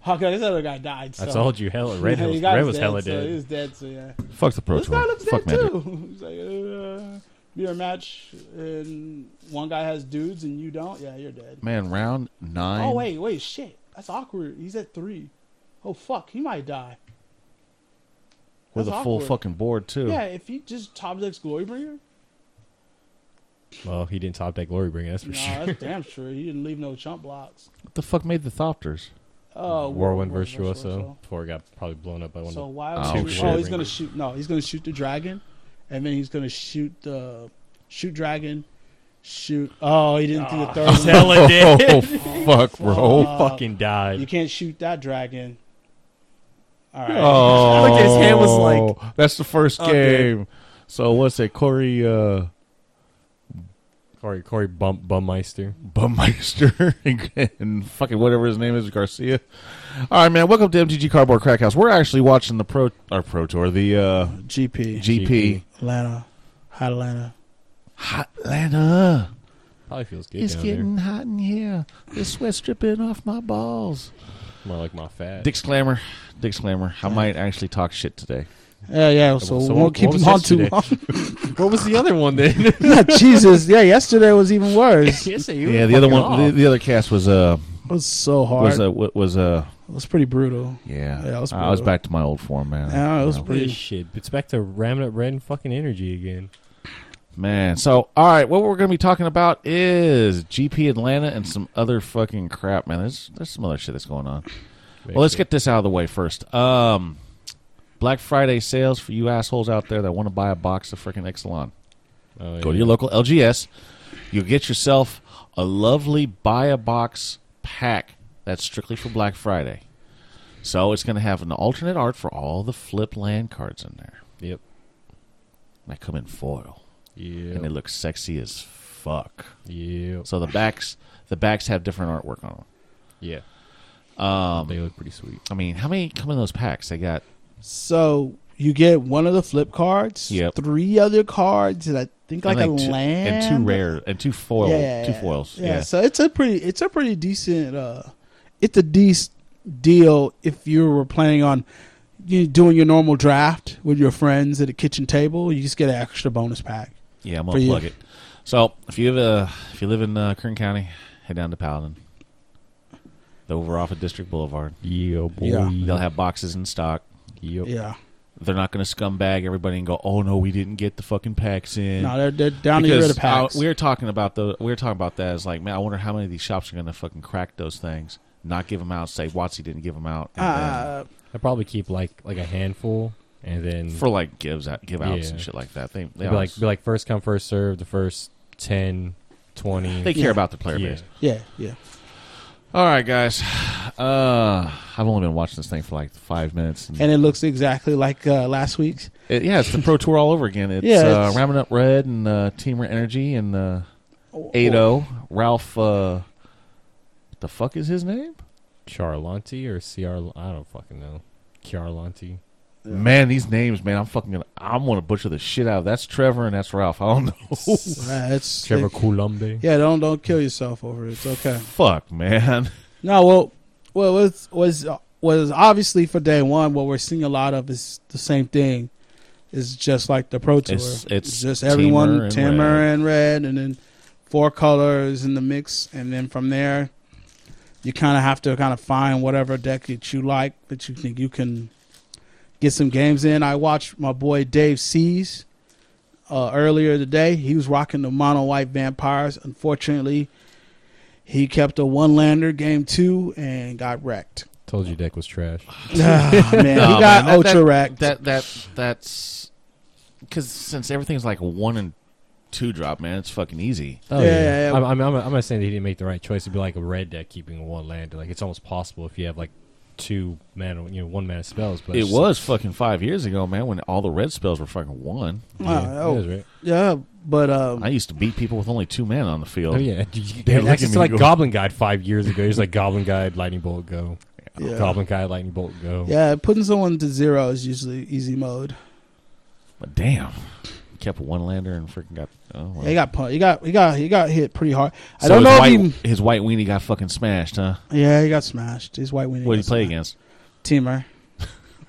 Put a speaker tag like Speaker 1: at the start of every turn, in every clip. Speaker 1: Hawkeye, this other guy died. So.
Speaker 2: I told you, hella red,
Speaker 1: Yeah,
Speaker 2: was,
Speaker 1: you guys
Speaker 2: red was
Speaker 1: dead,
Speaker 2: hella
Speaker 1: so
Speaker 2: dead.
Speaker 1: He was dead, so yeah.
Speaker 3: Fuck the pro
Speaker 1: This guy
Speaker 3: tour.
Speaker 1: looks
Speaker 3: Fuck
Speaker 1: dead
Speaker 3: Magic.
Speaker 1: too. He's like, uh, you're a match, and one guy has dudes and you don't. Yeah, you're dead.
Speaker 3: Man, round nine.
Speaker 1: Oh wait, wait, shit. That's awkward. He's at three. Oh fuck, he might die.
Speaker 3: with
Speaker 1: that's
Speaker 3: a full
Speaker 1: awkward.
Speaker 3: fucking board too.
Speaker 1: Yeah, if he just top decks Glorybringer,
Speaker 2: Well, he didn't top that glory bringer, that's for
Speaker 1: nah,
Speaker 2: sure.
Speaker 1: that's damn sure. He didn't leave no chump blocks.
Speaker 3: What the fuck made the Thopters?
Speaker 1: Oh,
Speaker 2: Whirlwind Virtuoso. Before it got probably blown up by one
Speaker 1: So
Speaker 2: of
Speaker 1: why?
Speaker 3: Oh,
Speaker 1: Would you,
Speaker 2: shit.
Speaker 1: oh, he's gonna shoot. No, he's gonna shoot the dragon, and then he's gonna shoot the shoot dragon. Shoot. Oh, he didn't do the third
Speaker 2: He's
Speaker 1: one.
Speaker 2: hella dead.
Speaker 3: Oh, fuck,
Speaker 2: He
Speaker 3: bro.
Speaker 2: fucking
Speaker 1: You
Speaker 2: died.
Speaker 1: can't shoot that dragon. All right.
Speaker 3: Oh,
Speaker 4: Look, his hand was
Speaker 3: That's the first
Speaker 4: Oh,
Speaker 3: game. So what's it, Corey uh,
Speaker 2: Corey, Corey Bump Bummeister.
Speaker 3: Bummeister and fucking whatever his name is, Garcia. All right, man. Welcome to MTG Cardboard Crack House. We're actually watching the pro our pro tour, the uh,
Speaker 1: GP.
Speaker 3: GP.
Speaker 2: GP.
Speaker 1: Atlanta. Hot Atlanta.
Speaker 3: Hot Atlanta.
Speaker 2: Probably feels good
Speaker 3: It's
Speaker 2: down
Speaker 3: getting hot in here. The sweat's dripping off my balls.
Speaker 2: there. More like my fat.
Speaker 3: Dick Clammer. Dick Clammer. I might actually talk shit today.
Speaker 1: Yeah, yeah. So, we won't
Speaker 2: what-
Speaker 1: keep
Speaker 2: what was
Speaker 1: him on too
Speaker 2: yesterday?
Speaker 1: long.
Speaker 2: What was the other one then?
Speaker 1: yeah, Jesus. Yeah, yesterday was even worse. It
Speaker 3: Yeah, the other one, the, the other cast was uh
Speaker 1: was so hard.
Speaker 3: was uh wa- was uh
Speaker 1: it was pretty brutal.
Speaker 3: yeah.
Speaker 1: Yeah, it was
Speaker 3: I was
Speaker 1: brutal.
Speaker 3: back to my old form, man.
Speaker 1: Yeah, it was
Speaker 3: You know.
Speaker 1: pretty-
Speaker 2: shit. It's back to ramming up red and fucking energy again.
Speaker 3: man. So, all right, what we're gonna be talking about is GP Atlanta and some other fucking crap, man. There's there's some other shit that's going on. Well, let's get this out of the way first. Um, Black Friday sales for you assholes out there that want to buy a box of freaking Exelon.
Speaker 2: Oh,
Speaker 3: Go
Speaker 2: yeah.
Speaker 3: to your local LGS. You'll get yourself a lovely buy a box pack that's strictly for Black Friday. So it's going to have an alternate art for all the flip land cards in there.
Speaker 2: Yep.
Speaker 3: They come in foil, and they
Speaker 2: Yep.
Speaker 3: look sexy as fuck.
Speaker 2: Yep.
Speaker 3: So the backs, the backs have different artwork on them.
Speaker 2: Yeah. Um, they look pretty sweet.
Speaker 3: I mean, how many come in those packs? They got
Speaker 1: So you get one of the flip cards.
Speaker 3: Yep.
Speaker 1: Three other cards, and I think like,
Speaker 3: and
Speaker 1: a
Speaker 3: two,
Speaker 1: land
Speaker 3: and two rare and two foil,
Speaker 1: Yeah,
Speaker 3: two foils.
Speaker 1: Yeah.
Speaker 3: Yeah,
Speaker 1: So it's a pretty it's a pretty decent uh it's a decent deal if you were planning on you doing your normal draft with your friends at a kitchen table. You just get an extra bonus pack.
Speaker 3: yeah. I'm
Speaker 1: For
Speaker 3: gonna
Speaker 1: you.
Speaker 3: plug it. So if you have a, if you live in uh, Kern County, head down to Paladin. Over off of District Boulevard,
Speaker 2: Yeah, boy.
Speaker 1: Yeah.
Speaker 3: they'll have boxes in stock.
Speaker 2: Yep.
Speaker 1: Yeah.
Speaker 3: They're not going to scumbag everybody and go, "Oh no, we didn't get the fucking packs in."
Speaker 1: No, they're they're down to get
Speaker 3: Because
Speaker 1: rid of packs.
Speaker 3: I- we were talking about the we were talking about that as like, man, I wonder how many of these shops are going to fucking crack those things, not give them out. Say Watsy didn't give them out and
Speaker 1: uh,
Speaker 2: I probably keep like like a handful, and then
Speaker 3: then for like gives out give outs
Speaker 2: Yeah.
Speaker 3: and shit like that. They they,
Speaker 2: be
Speaker 3: always-
Speaker 2: like be like first come first serve. The first 10, 20.
Speaker 3: they care
Speaker 1: Yeah.
Speaker 3: about the player
Speaker 2: Yeah.
Speaker 3: base.
Speaker 1: yeah, yeah.
Speaker 3: All right, guys, uh, I've only been watching this thing for like five minutes. And,
Speaker 1: And it looks exactly like uh, last week's.
Speaker 3: it- yeah, it's the Pro Tour all over again. It's,
Speaker 1: Yeah,
Speaker 3: uh,
Speaker 1: it's-
Speaker 3: ramming up red and uh, Team Energy and uh, 8-0. Ralph. Uh, the fuck is his name?
Speaker 2: Charlanti or Ciar? I don't fucking know. Chiarlanti.
Speaker 3: Man, these names, man, I'm fucking gonna, I'm gonna butcher the shit out of. That's Trevor and that's Ralph. I don't know.
Speaker 1: Uh, it's
Speaker 2: Trevor
Speaker 1: it-
Speaker 2: Coulombe.
Speaker 1: yeah, don't don't kill yourself over it. It's okay.
Speaker 3: Fuck, man.
Speaker 1: No, well, well, was was was obviously for day one. What we're seeing a lot of is the same thing. It's just like the pro tour.
Speaker 3: It's- it's
Speaker 1: just
Speaker 3: Tamer
Speaker 1: everyone
Speaker 3: and
Speaker 1: Tamer
Speaker 3: red.
Speaker 1: and red, and then four colors in the mix, and then from there, you kind of have to kind of find whatever deck that you like that you think you can get some games in. I watched my boy Dave Sees uh, earlier today. He was rocking the mono white vampires. Unfortunately, he kept a one lander game two and got wrecked.
Speaker 2: Told you deck was trash.
Speaker 1: Ah, man,
Speaker 3: Nah,
Speaker 1: he got
Speaker 3: man, that-
Speaker 1: ultra
Speaker 3: that,
Speaker 1: wrecked.
Speaker 3: That that that's because since everything's like one and two drop, man, it's fucking easy.
Speaker 2: Oh,
Speaker 1: Yeah,
Speaker 2: yeah,
Speaker 1: yeah, yeah.
Speaker 2: I'm, I'm, I'm, I'm not saying that he didn't make the right choice. It'd be like a red deck keeping one land. Like it's almost possible if you have like two mana, you know, one mana spells. But
Speaker 3: It
Speaker 2: it's-
Speaker 3: was fucking five years ago, man, when all the red spells were fucking one.
Speaker 1: Oh,
Speaker 2: Yeah,
Speaker 1: oh,
Speaker 2: it is, right?
Speaker 1: yeah, but um,
Speaker 3: I used to beat people with only two men on the field.
Speaker 2: Oh yeah, you
Speaker 3: They
Speaker 2: had
Speaker 3: look at
Speaker 2: access
Speaker 3: me
Speaker 2: to like
Speaker 3: and go-
Speaker 2: Goblin Guide five years ago. He's like Goblin Guide, Lightning Bolt, go.
Speaker 1: Yeah.
Speaker 2: Goblin Guide, Lightning Bolt, go.
Speaker 1: yeah, putting someone to zero is usually easy mode.
Speaker 3: But damn, kept a one lander and freaking got Oh, well.
Speaker 1: He got pun- he got he got he got hit pretty hard. I
Speaker 3: So
Speaker 1: don't know
Speaker 3: his
Speaker 1: if
Speaker 3: white,
Speaker 1: he,
Speaker 3: his white weenie got fucking smashed, huh?
Speaker 1: Yeah, he got smashed. He's white winning.
Speaker 3: What did he play against?
Speaker 1: Teamer.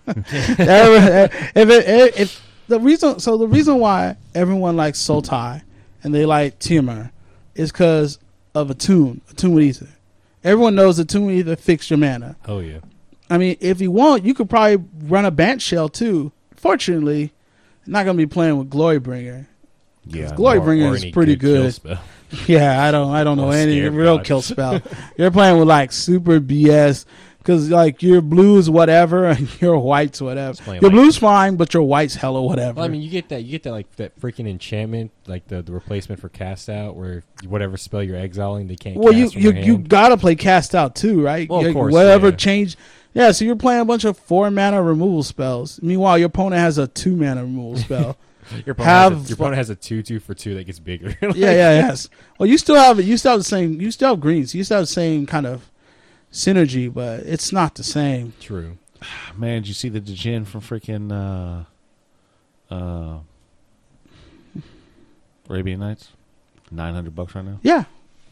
Speaker 1: Everyone- if it, eh, if the reason so the reason why everyone likes Sotai and they like Teamer is because of a tune, a tune with ether. Everyone knows a tune with ether fix your mana.
Speaker 2: Oh yeah.
Speaker 1: I mean, if you want, you could probably run a band shell too. Fortunately, not gonna be playing with Glorybringer.
Speaker 3: Yeah,
Speaker 1: Glory
Speaker 2: Or-
Speaker 1: Bringer
Speaker 2: or
Speaker 1: is
Speaker 2: any
Speaker 1: pretty
Speaker 2: kill
Speaker 1: good.
Speaker 2: spell.
Speaker 1: Yeah, I don't, I don't know
Speaker 2: I'm
Speaker 1: any
Speaker 2: scared
Speaker 1: real
Speaker 2: about it.
Speaker 1: kill spell. you're playing with like super BS because like your blues whatever and your whites whatever.
Speaker 2: playing
Speaker 1: Your
Speaker 2: like-
Speaker 1: blues fine, but your whites hella whatever.
Speaker 2: Well, I mean, you get that. You get that like that freaking enchantment, like the, the replacement for cast out, where whatever spell you're exiling, they can't.
Speaker 1: well, you
Speaker 2: cast
Speaker 1: you
Speaker 2: from their
Speaker 1: you
Speaker 2: hand.
Speaker 1: gotta play cast out too, right?
Speaker 2: Well, of
Speaker 1: Like,
Speaker 2: course,
Speaker 1: whatever
Speaker 2: yeah.
Speaker 1: change. Yeah, so you're playing a bunch of four mana removal spells. Meanwhile, your opponent has a two mana removal spell.
Speaker 2: your opponent has a-
Speaker 1: have-
Speaker 2: your opponent has a two two for two that gets bigger. Like,
Speaker 1: yeah, yeah, yes. Well, you still have you still have the same you still have greens. You still have the same kind of synergy, but it's not the same.
Speaker 2: True.
Speaker 3: Man, did you see the Dejin from freaking uh, uh, Arabian Nights? Nine hundred bucks right now.
Speaker 1: Yeah,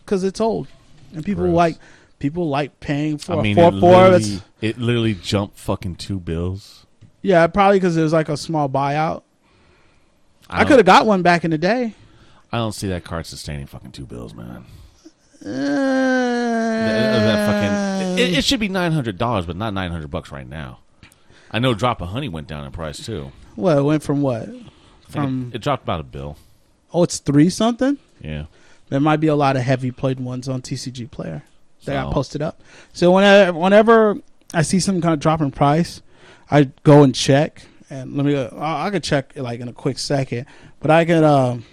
Speaker 1: because it's old, and people
Speaker 2: Gross.
Speaker 1: like people like paying for
Speaker 3: I mean,
Speaker 1: four
Speaker 3: it,
Speaker 1: four.
Speaker 3: literally,
Speaker 1: It's,
Speaker 3: it literally jumped fucking two bills.
Speaker 1: yeah, probably because it was like a small buyout. I,
Speaker 3: don't-
Speaker 1: could have got one back in the day.
Speaker 3: I don't see that card sustaining fucking two bills, man.
Speaker 1: Uh,
Speaker 3: That- that fucking- it, it should be nine hundred dollars, but not nine hundred bucks right now. I know drop a honey went down in price too.
Speaker 1: well, it went from what?
Speaker 3: I think
Speaker 1: From-
Speaker 3: it, it dropped about a bill.
Speaker 1: Oh, it's three something.
Speaker 3: Yeah,
Speaker 1: There might be a lot of heavy played ones on TCG Player that got
Speaker 3: So-
Speaker 1: posted up. So whenever whenever I see some kind of drop in price, I go and check. And let me go. I, I could check like in a quick second, but I could um,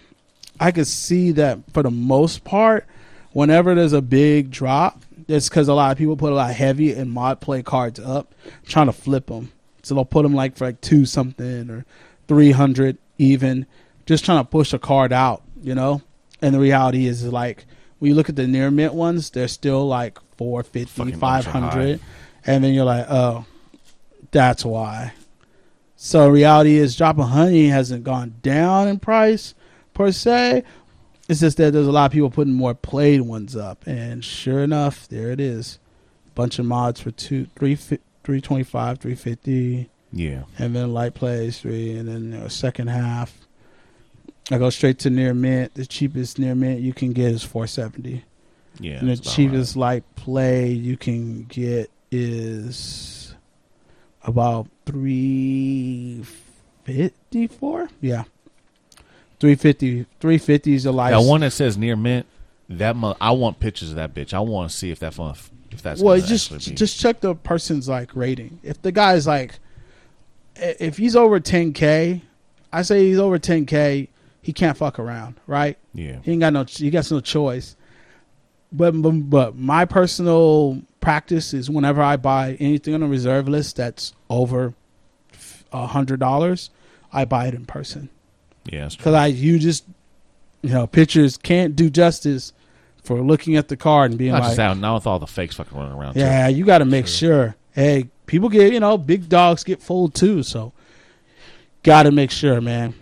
Speaker 1: I could see that for the most part, whenever there's a big drop, it's because a lot of people put a lot of heavy and mod play cards up, trying to flip them. So they'll put them like for like two something or three hundred even, just trying to push a card out, you know. And the reality is, is like when you look at the near mint ones, they're still like 450,
Speaker 3: Fucking ultra
Speaker 1: 500. and then you're like, oh, that's why. So reality is, drop of honey hasn't gone down in price per se. It's just that there's a lot of people putting more played ones up, and sure enough, there it is, bunch of mods for two, three, fi- three twenty-five, three fifty,
Speaker 3: yeah.
Speaker 1: and then light plays three, and then you know, second half. I go straight to near mint. The cheapest near mint you can get is four seventy,
Speaker 3: Yeah,
Speaker 1: and the
Speaker 3: that's about
Speaker 1: cheapest light play you can get is about three fifty-four. Yeah. 350 350 is the
Speaker 3: right.
Speaker 1: light
Speaker 3: That one that says near mint. That mo- I want pictures of that bitch. I want to see if that fun, if that's
Speaker 1: well
Speaker 3: gonna
Speaker 1: just
Speaker 3: actually be-
Speaker 1: just check the person's like rating if the guy's like i- if he's over 10k i say he's over 10k he can't fuck around right
Speaker 3: yeah.
Speaker 1: he ain't got no he got no choice but but, but my personal practice is whenever i buy anything on a reserve list that's over f- a hundred dollars i buy it in person
Speaker 3: Yeah, that's true.
Speaker 1: because I you just you know pictures can't do justice for looking at the card and being
Speaker 3: Not
Speaker 1: like
Speaker 3: just that. Now with all the fakes fucking running around. too.
Speaker 1: yeah, you got to make sure. Hey, people get you know big dogs get fooled too, so got to make sure, man.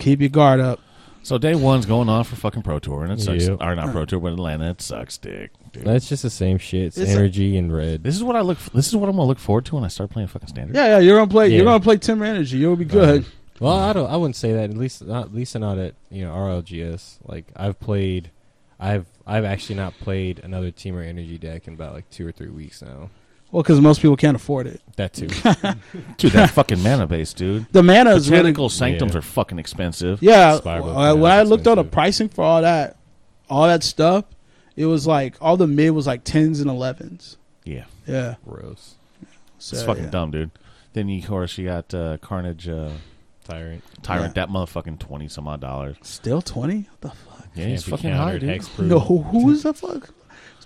Speaker 1: Keep your guard up.
Speaker 3: So day one's going on for fucking Pro Tour, and it sucks.
Speaker 2: Yep.
Speaker 3: Or not Pro Tour, but Atlanta. It sucks, dick. dude.
Speaker 2: That's just the same shit. It's,
Speaker 1: It's a-
Speaker 2: energy and red.
Speaker 3: This is what I look. This is what I'm gonna look forward to when I start playing fucking standard.
Speaker 1: Yeah, yeah, you're gonna play.
Speaker 2: Yeah.
Speaker 1: You're gonna play Timber Energy. You'll be good.
Speaker 2: Well, I don't. I wouldn't say that. At least, not, at least not at you know RLGS. Like I've played, I've I've actually not played another teamer energy deck in about like two or three weeks now.
Speaker 1: Well, because most people can't afford it.
Speaker 2: That too.
Speaker 3: Dude, that fucking mana base, dude.
Speaker 1: The mana is really
Speaker 3: Botanical sanctums
Speaker 2: Yeah.
Speaker 3: are fucking expensive.
Speaker 1: yeah.
Speaker 2: Spiral,
Speaker 1: uh, when
Speaker 2: yeah,
Speaker 1: I
Speaker 2: it's
Speaker 1: looked on the
Speaker 2: expensive.
Speaker 1: pricing for all that, all that stuff, it was like all the mid was like tens and elevens.
Speaker 3: Yeah,
Speaker 1: Yeah,
Speaker 2: Gross.
Speaker 1: so,
Speaker 3: it's fucking
Speaker 1: yeah.
Speaker 3: dumb, dude. Then you, of course you got uh, Carnage, uh,
Speaker 2: Tyrant.
Speaker 3: Tyrant. That motherfucking twenty some odd dollars.
Speaker 1: Still twenty? What the fuck?
Speaker 3: Yeah,
Speaker 2: Can't
Speaker 3: he's
Speaker 2: be
Speaker 3: fucking high,
Speaker 2: countered,
Speaker 3: dude.
Speaker 2: hexproof.
Speaker 1: No, who, who is the fuck?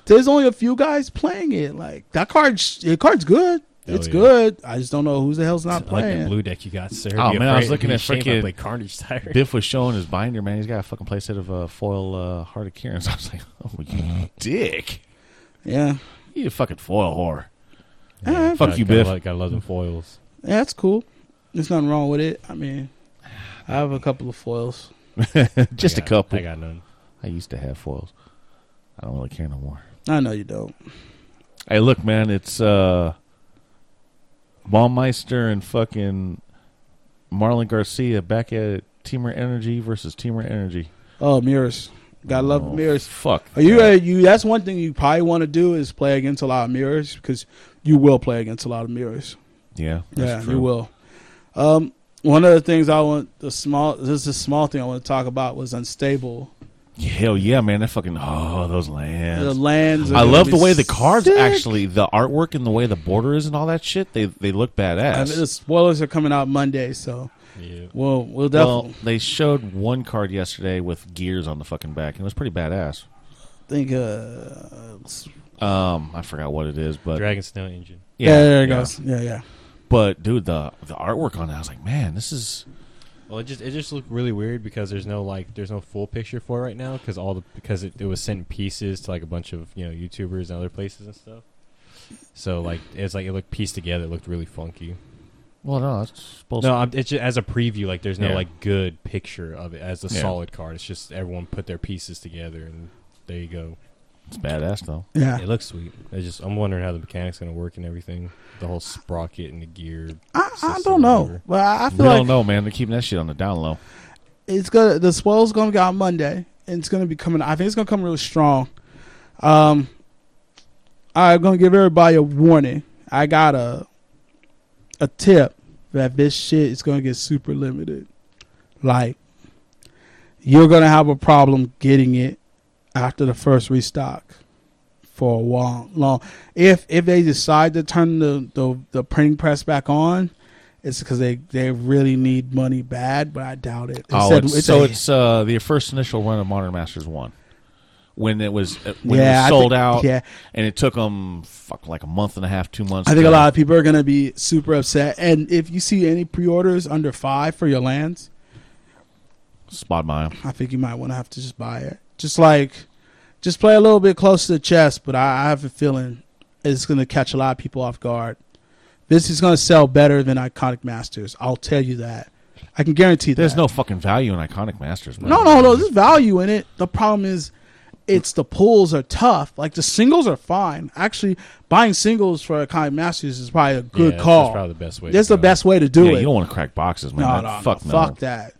Speaker 1: There's only a few guys playing it. Like that card, the card's good.
Speaker 2: Oh,
Speaker 1: it's
Speaker 2: yeah.
Speaker 1: good. I just don't know who the hell's not
Speaker 2: I like the
Speaker 1: playing.
Speaker 2: blue deck you got, sir.
Speaker 3: Oh,
Speaker 2: Be
Speaker 3: man, I was
Speaker 2: afraid-
Speaker 3: looking
Speaker 2: be
Speaker 3: at
Speaker 2: ashamed
Speaker 3: freaking-
Speaker 2: I play Carnage Tyrant.
Speaker 3: Biff was showing his binder, man. He's got a fucking playset of uh, foil uh, Heart of Kieran. So I was like, oh, you dick.
Speaker 1: yeah.
Speaker 3: You a fucking foil whore.
Speaker 1: Alright.
Speaker 3: Fuck
Speaker 2: Gotta-
Speaker 3: you,
Speaker 2: gotta
Speaker 3: Biff.
Speaker 2: Love, gotta love them foils.
Speaker 1: yeah, that's cool. There's nothing wrong with it. I mean, I have a couple of foils.
Speaker 3: Just
Speaker 2: I got-
Speaker 3: a couple.
Speaker 2: I got none.
Speaker 3: I used to have foils. I don't really care no more.
Speaker 1: I know you don't.
Speaker 3: Hey, look, man, it's uh, Baumeister and fucking Marlon Garcia back at Teamer Energy versus Teamer Energy.
Speaker 1: Oh, mirrors. Gotta love
Speaker 3: Oh,
Speaker 1: mirrors.
Speaker 3: Fuck.
Speaker 1: Are you?
Speaker 3: that.
Speaker 1: Uh, you. That's one thing you probably want to do is play against a lot of mirrors because you will play against a lot of mirrors.
Speaker 3: Yeah.
Speaker 1: Yeah,
Speaker 3: that's true.
Speaker 1: you will. Um, one of the things I want the small. This is a small thing I want to talk about was unstable.
Speaker 3: Hell yeah, man! That fucking oh, those
Speaker 1: The
Speaker 3: lands.
Speaker 1: lands. are
Speaker 3: I
Speaker 1: gonna
Speaker 3: love
Speaker 1: be
Speaker 3: the way the cards
Speaker 1: sick.
Speaker 3: actually, the artwork and the way the border is and all that shit. They they look
Speaker 1: I
Speaker 3: badass.
Speaker 1: mean, the spoilers are coming out Monday, so
Speaker 2: Yeah.
Speaker 1: we'll we'll
Speaker 3: well,
Speaker 1: definitely
Speaker 3: they showed one card yesterday with gears on the fucking back, and it was pretty badass.
Speaker 1: think. Uh, s-
Speaker 3: Um, I forgot what it is, but
Speaker 2: Dragon Snail Engine.
Speaker 1: yeah, there it goes. Yeah, yeah.
Speaker 3: But dude, the the artwork on that, I was like, man, this is
Speaker 2: Well, it just it just looked really weird because there's no like there's no full picture for it right now because all the because it, it was sent in pieces to like a bunch of you know YouTubers and other places and stuff. So like it's like it looked pieced together. It looked really funky.
Speaker 3: well, no, it's supposed
Speaker 2: No, I'm, it's just, as a preview. Like there's no
Speaker 3: Yeah.
Speaker 2: like good picture of it as a
Speaker 3: Yeah.
Speaker 2: solid card. It's just everyone put their pieces together and there you go.
Speaker 3: it's badass though.
Speaker 1: Yeah,
Speaker 2: It looks sweet. I just I'm wondering how the mechanics gonna work and everything. The whole sprocket and the gear.
Speaker 1: I, I
Speaker 2: System
Speaker 1: don't know,
Speaker 2: whatever.
Speaker 1: but I I
Speaker 3: We
Speaker 1: feel like
Speaker 3: don't know, man. They're keeping that shit on the down low.
Speaker 1: it's gonna the swell's gonna be out Monday, and it's gonna be coming. I think it's gonna come really strong. Um, I'm gonna give everybody a warning. I got a a tip that this shit is gonna get super limited. Like you're gonna have a problem getting it after the first restock for a long, long. If if they decide to turn the the, the printing press back on. It's because they, they really need money bad, but I doubt it. They
Speaker 3: Oh,
Speaker 1: said
Speaker 3: it's,
Speaker 1: it's
Speaker 3: so
Speaker 1: a-
Speaker 3: it's uh, the first initial run of Modern Masters one when it was uh, when
Speaker 1: Yeah,
Speaker 3: it
Speaker 1: I
Speaker 3: was sold
Speaker 1: think-
Speaker 3: out,
Speaker 1: yeah.
Speaker 3: and it took them fuck like a month and a half, two months.
Speaker 1: I think
Speaker 3: to-
Speaker 1: a lot of people are going to be super upset. And if you see any pre-orders under five for your lands,
Speaker 3: spot my
Speaker 1: I think you might want to have to just buy it. Just like, just play a little bit close to the chest. But I, I have a feeling it's going to catch a lot of people off guard. This is going to sell better than Iconic Masters. I'll tell you that. I can guarantee
Speaker 3: There's
Speaker 1: that.
Speaker 3: no fucking value in Iconic Masters. Bro.
Speaker 1: no, no, no. There's value in it. The problem is, it's the pulls are tough. Like the singles are fine. Actually, buying singles for Iconic Masters is probably a
Speaker 2: Yeah,
Speaker 1: good
Speaker 2: that's-
Speaker 1: call.
Speaker 2: That's probably the best way. to
Speaker 1: That's the
Speaker 2: go.
Speaker 1: best way to do
Speaker 3: yeah,
Speaker 1: it.
Speaker 3: you don't want to crack boxes, man.
Speaker 1: no,
Speaker 3: That-
Speaker 1: no, no,
Speaker 3: fuck
Speaker 1: fuck,
Speaker 3: no.
Speaker 1: that.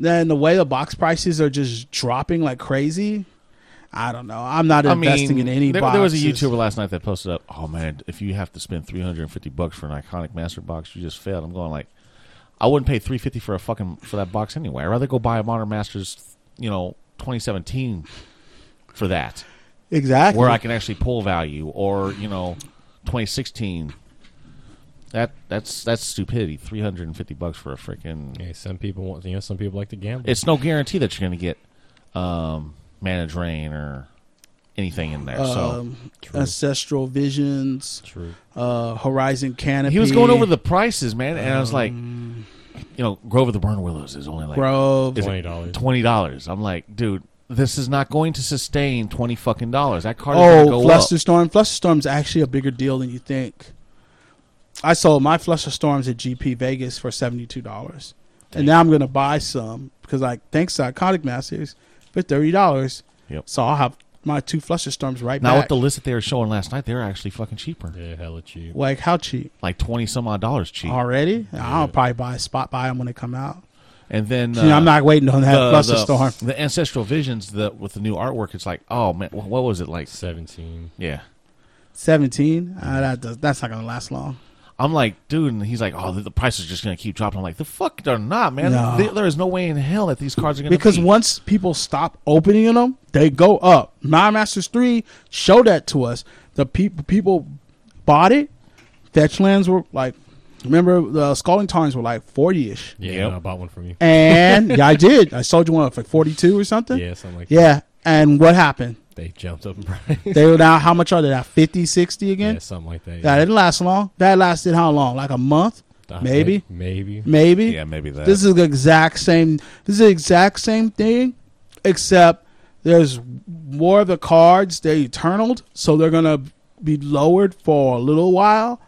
Speaker 1: Then the way the box prices are just dropping like crazy, I don't know. I'm not
Speaker 3: I mean,
Speaker 1: investing in any
Speaker 3: there,
Speaker 1: boxes.
Speaker 3: there was a YouTuber last night that posted up. Oh man, if you have to spend three hundred and fifty bucks for an iconic master box, you just failed. I'm going like, I wouldn't pay three fifty for a fucking for that box anyway. I'd rather go buy a Modern Masters, you know, 2017 for that,
Speaker 1: exactly
Speaker 3: where I can actually pull value, or you know, 2016. That that's that's stupidity. Three hundred and fifty bucks for a freaking.
Speaker 2: Hey, some people want you know some people like to gamble.
Speaker 3: It's no guarantee that you're going to get um, Manage Rain or anything in there. so.
Speaker 1: um,
Speaker 2: True.
Speaker 1: ancestral visions,
Speaker 2: True.
Speaker 1: uh, Horizon Canopy.
Speaker 3: He was going over the prices, man, and I was like, you
Speaker 1: Um,
Speaker 3: know, Grove of the Burn Willows is only like
Speaker 1: Grove.
Speaker 3: is it
Speaker 2: Twenty dollars.
Speaker 3: twenty dollars. I'm like, dude, this is not going to sustain twenty fucking dollars. That card is
Speaker 1: Oh,
Speaker 3: going to go up.
Speaker 1: Flusterstorm. Flusterstorm's actually a bigger deal than you think. I sold my Flusterstorms at GP Vegas for seventy-two dollars, and now I'm going to buy some because I thanks to Iconic Masters for thirty dollars.
Speaker 3: Yep.
Speaker 1: So I'll have my two Flusterstorms right
Speaker 3: Now
Speaker 1: back.
Speaker 3: with the list that they were showing last night, they're actually fucking cheaper,
Speaker 2: Yeah, hella cheap.
Speaker 1: like how cheap
Speaker 3: like twenty some odd dollars cheap.
Speaker 1: already? I'll probably buy a spot buy them when they come out.
Speaker 3: And then
Speaker 1: See,
Speaker 3: uh,
Speaker 1: I'm not waiting on that Flusterstorm.
Speaker 3: the, the ancestral visions the, with the new artwork. It's like, oh man, wh- what was it like?
Speaker 2: Seventeen.
Speaker 3: Yeah,
Speaker 1: Seventeen. Uh, that does, that's not going to last long.
Speaker 3: I'm like, dude, and he's like, oh, the, the price is just going to keep dropping. I'm like, the fuck, they're not, man.
Speaker 1: No.
Speaker 3: There- there is no way in hell that these cards are going to
Speaker 1: because once people stop opening them, they go up. My Masters Three showed that to us. The people people bought it. Fetch lands were like, remember the Scalding Tarns were like forty ish,
Speaker 2: Yeah,
Speaker 3: Yep.
Speaker 2: I bought one from you.
Speaker 1: and yeah, I did. I sold you one for forty two or something.
Speaker 2: Yeah, something like that.
Speaker 1: Yeah, and what happened?
Speaker 2: They jumped up in price.
Speaker 1: They were now how much are they now? 50, 60 again?
Speaker 2: yeah, something like that.
Speaker 1: That didn't last long. That lasted how long? Like a month,
Speaker 2: Uh,
Speaker 1: maybe? Mm.
Speaker 2: Maybe.
Speaker 1: maybe.
Speaker 3: yeah, maybe that.
Speaker 1: This is the exact same. This is the exact same thing, except there's more of the cards they eternal, so they're gonna be lowered for a little while.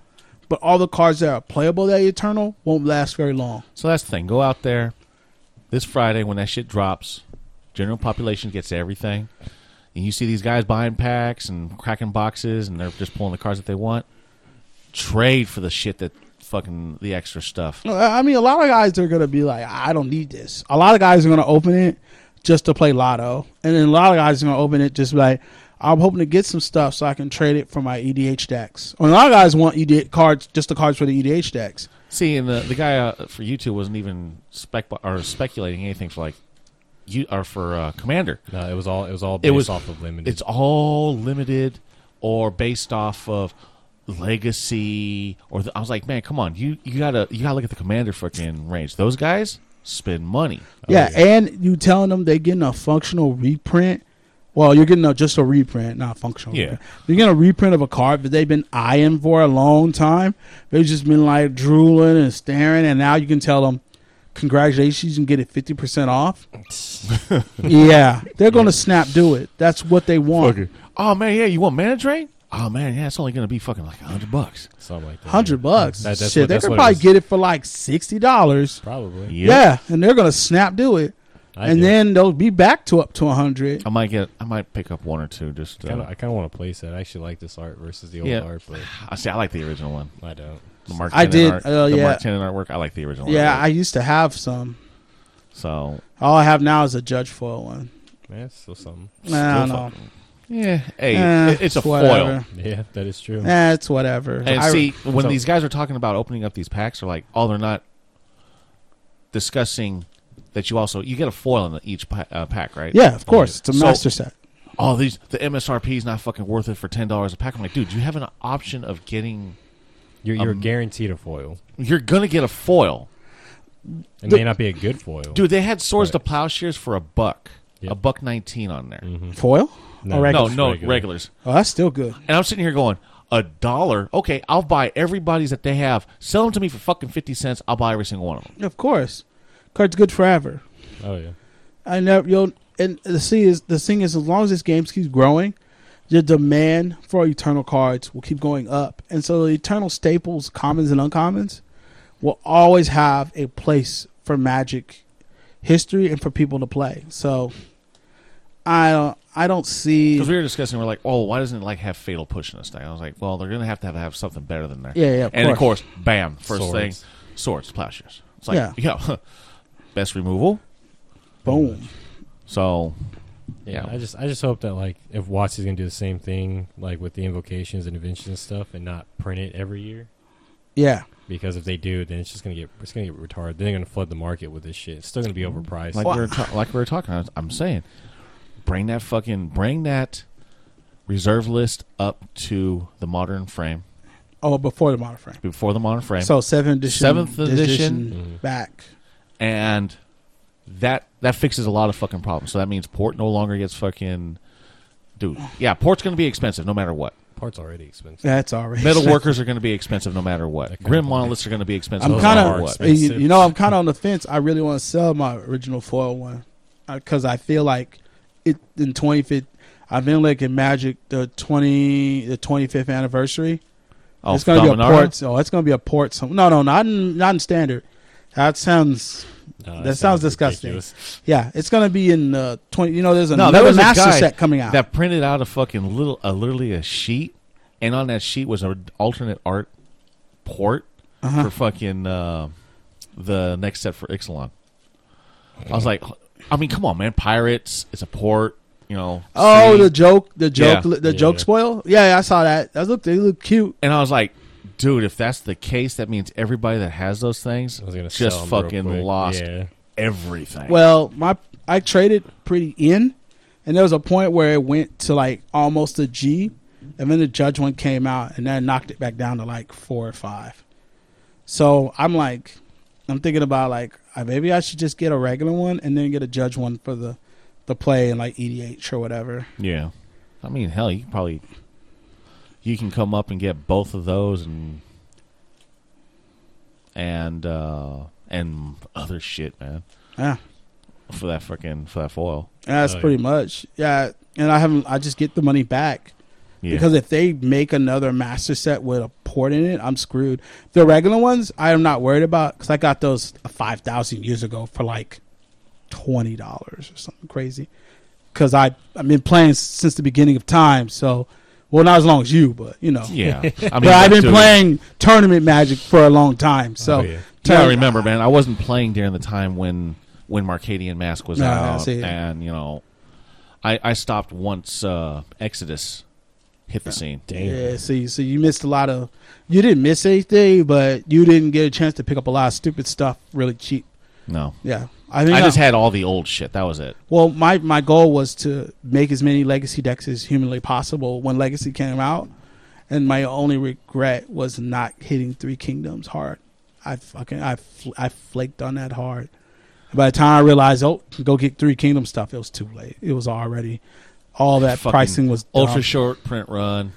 Speaker 1: But all the cards that are playable that eternal won't last very long.
Speaker 3: So that's the thing. Go out there, this Friday when that shit drops, general population gets everything, and you see these guys buying packs and cracking boxes, and they're just pulling the cards that they want. Trade for the shit that fucking the extra stuff.
Speaker 1: Uh, I mean, a lot of guys are gonna be like, I don't need this. A lot of guys are gonna open it just to play lotto, and then a lot of guys are gonna open it just like, I'm hoping to get some stuff so I can trade it for my EDH decks. And a lot of guys want EDH cards, just the cards for the EDH decks.
Speaker 3: See, and the the guy uh, for YouTube wasn't even spec or speculating anything for like you or for uh, Commander.
Speaker 2: No, it was all it was all based
Speaker 3: It was-
Speaker 2: off of limited.
Speaker 3: It's all limited or based off of legacy. Or the, I was like, man, come on, you you gotta you gotta look at the Commander fucking range. Those guys spend money.
Speaker 1: yeah,
Speaker 2: Oh,
Speaker 1: and you telling them they're getting a functional reprint. Well, you're getting a, just a reprint, not a functional.
Speaker 3: Yeah.
Speaker 1: reprint. you're getting a reprint of a card that they've been eyeing for a long time. They've just been like drooling and staring, and now you can tell them, "Congratulations, you can get it fifty percent off." yeah, they're going to snap do it. That's what they want.
Speaker 3: Oh man, yeah, you want Mana Drain? Oh man, yeah, it's only gonna be fucking like hundred bucks.
Speaker 2: something like that.
Speaker 1: Hundred bucks,
Speaker 2: That- that's
Speaker 1: shit.
Speaker 2: what-
Speaker 1: they
Speaker 2: that's
Speaker 1: could
Speaker 2: what it
Speaker 1: probably
Speaker 2: is.
Speaker 1: get it for like sixty dollars.
Speaker 2: Probably.
Speaker 3: Yep.
Speaker 1: Yeah, and they're going to snap do it,
Speaker 2: I
Speaker 1: and
Speaker 2: do.
Speaker 1: then they'll be back to up to hundred.
Speaker 3: I might get I might pick up one or two just.
Speaker 2: Kinda, I
Speaker 3: Uh,
Speaker 2: kind of want to place that. I actually like this art versus the old
Speaker 3: Yeah.
Speaker 2: art, but
Speaker 3: I see. I like the original one.
Speaker 2: I don't.
Speaker 3: The Mark
Speaker 1: I
Speaker 3: Tenon
Speaker 1: did,
Speaker 3: Art,
Speaker 1: uh,
Speaker 3: the
Speaker 1: yeah.
Speaker 3: Mark Tenon artwork. I like the original.
Speaker 1: Yeah, I
Speaker 3: artwork.
Speaker 1: used to have some.
Speaker 3: so
Speaker 1: All I have now is a Judge Foil one.
Speaker 2: Man, it's still something.
Speaker 1: I don't
Speaker 3: Still
Speaker 1: know.
Speaker 3: yeah, hey,
Speaker 1: Eh,
Speaker 3: it- it's a foil.
Speaker 1: whatever.
Speaker 2: Yeah, that is true.
Speaker 1: Eh, it's whatever.
Speaker 3: And
Speaker 1: I-
Speaker 3: see, when
Speaker 2: so-
Speaker 3: these guys are talking about opening up these packs, they're like, oh, they're not discussing that you also you get a foil in each pa- uh, pack, right?
Speaker 1: yeah, of course, it's a
Speaker 3: So-
Speaker 1: master set.
Speaker 3: Oh, these the MSRP is not fucking worth it for ten dollars a pack. I'm like, dude, you have an option of getting.
Speaker 2: You're, you're
Speaker 3: Um,
Speaker 2: guaranteed a foil.
Speaker 3: You're gonna get a foil,
Speaker 2: It
Speaker 1: the-
Speaker 2: may not be a good foil.
Speaker 3: dude. They had swords
Speaker 2: Right.
Speaker 3: to plowshares for a buck,
Speaker 2: Yep.
Speaker 3: a buck nineteen on there.
Speaker 1: Foil?
Speaker 2: No.
Speaker 1: Or
Speaker 3: Mm. No,
Speaker 1: regular?
Speaker 3: no
Speaker 2: Regular.
Speaker 3: regulars.
Speaker 1: Oh, that's still good.
Speaker 3: And I'm sitting here going, a dollar? Okay, I'll buy everybody's that they have. Sell them to me for fucking 50 cents. I'll buy every single one of them.
Speaker 1: Of course, card's good forever.
Speaker 2: Oh yeah.
Speaker 1: I never. You'll, and the thing is, the thing is, as long as this game keeps growing, the demand for eternal cards will keep going up, and so the eternal staples, commons and uncommons, will always have a place for Magic history and for people to play. So, I don't. I don't see.
Speaker 3: Because we were discussing, we're like, oh, why doesn't it like have Fatal Push in this thing? I was like, well, they're going to have to have, have something better than that.
Speaker 1: Yeah, yeah. Of
Speaker 3: and
Speaker 1: course.
Speaker 3: of course, bam, first
Speaker 2: Swords.
Speaker 3: thing, swords, plowshares. It's like,
Speaker 1: Yeah.
Speaker 3: yeah, best removal.
Speaker 1: Boom.
Speaker 3: So,
Speaker 2: Yeah,
Speaker 3: Yeah.
Speaker 2: I just I just hope that like if Watts is gonna do the same thing like with the invocations and inventions and stuff and not print it every year
Speaker 1: Yeah.
Speaker 2: because if they do then it's just gonna get it's gonna get retarded. Then they're gonna flood the market with this shit. It's still gonna be overpriced.
Speaker 3: like, we were ta- like we were talking, I was, I'm saying, bring that fucking, bring that reserve list up to the modern frame,
Speaker 1: Oh, before the modern frame.
Speaker 3: before the modern frame.
Speaker 1: So seventh edition.
Speaker 3: Seventh edition. Mm-hmm.
Speaker 1: back.
Speaker 3: and that that fixes a lot of fucking problems. So that means port no longer gets fucking dude. Yeah, port's going to be expensive no matter what.
Speaker 2: Parts already expensive.
Speaker 1: That's already
Speaker 3: Metal workers are going to be expensive no matter what.
Speaker 2: Okay.
Speaker 3: Grim monoliths are going to be expensive.
Speaker 1: I'm
Speaker 3: no
Speaker 1: kind
Speaker 3: matter
Speaker 2: are
Speaker 1: of
Speaker 3: what.
Speaker 2: expensive.
Speaker 1: you, you know I'm kind of on the fence. I really want to sell my original foil one because I feel like it in 25th. I've been like in Magic the 20 the 25th anniversary.
Speaker 3: Oh,
Speaker 1: it's gonna be a
Speaker 3: Dominara?
Speaker 1: port. Oh, it's gonna be a port. Some, no, no, not in, not in standard. That sounds
Speaker 2: No,
Speaker 1: that sounds disgusting.
Speaker 2: ridiculous.
Speaker 1: yeah. It's gonna be in uh, 20. You know, there's
Speaker 3: No, there
Speaker 1: another
Speaker 3: was a
Speaker 1: master
Speaker 3: guy
Speaker 1: set coming out.
Speaker 3: That printed out a fucking little, uh, literally a sheet, and on that sheet was an alternate art port
Speaker 1: Uh-huh.
Speaker 3: for fucking uh, the next set for Ixalan. I was like, I mean, come on, man, pirates. It's a port, you know.
Speaker 1: Oh,
Speaker 3: sea.
Speaker 1: the joke, the joke,
Speaker 3: Yeah.
Speaker 1: the
Speaker 2: Yeah,
Speaker 1: joke
Speaker 2: yeah.
Speaker 1: spoil. Yeah, yeah, I saw that. That looked, they look cute.
Speaker 3: And I was like, dude, if that's the case, that means everybody that has those things
Speaker 2: I was gonna sell 'em
Speaker 3: just
Speaker 2: real
Speaker 3: fucking
Speaker 2: quick.
Speaker 3: lost
Speaker 2: Yeah.
Speaker 3: everything.
Speaker 1: Well, my I traded pretty in, and there was a point where it went to like almost a G, and then the judge one came out, and that knocked it back down to like four or five. So I'm like, I'm thinking about like I- maybe I should just get a regular one and then get a judge one for the the play and like EDH or whatever.
Speaker 3: yeah. I mean, hell, you can probably you can come up and get both of those and and uh and other shit, man.
Speaker 1: Yeah,
Speaker 3: For that fucking for that foil.
Speaker 1: and that's
Speaker 2: Oh, yeah.
Speaker 1: pretty much yeah. And I haven't. I just get the money back.
Speaker 3: Yeah.
Speaker 1: Because if they make another master set with a port in it, I'm screwed. The regular ones, I am not worried about because I got those five thousand years ago for like twenty dollars or something crazy. Because I I've been playing since the beginning of time, so well not as long as you, but you know.
Speaker 3: Yeah, I mean,
Speaker 1: but I've been
Speaker 3: dude,
Speaker 1: playing tournament magic for a long time, so
Speaker 2: Oh, yeah.
Speaker 3: You gotta remember, man, I wasn't playing during the time when when Marcadian Mask was
Speaker 1: No, no,
Speaker 3: out,
Speaker 1: see.
Speaker 3: and you know, I I stopped once uh, Exodus hit the scene.
Speaker 1: Yeah, see, so you missed a lot of. You didn't miss anything, but you didn't get a chance to pick up a lot of stupid stuff really cheap.
Speaker 3: No,
Speaker 1: Yeah, I think
Speaker 3: I just
Speaker 1: I-
Speaker 3: had all the old shit. That was it.
Speaker 1: well, my my goal was to make as many legacy decks as humanly possible when Legacy came out, and my only regret was not hitting Three Kingdoms hard. I fucking I fl- I flaked on that hard. By the time I realized, oh, go get Three Kingdom stuff, it was too late. It was already all that
Speaker 3: Fucking
Speaker 1: pricing was dumb.
Speaker 3: ultra short print run,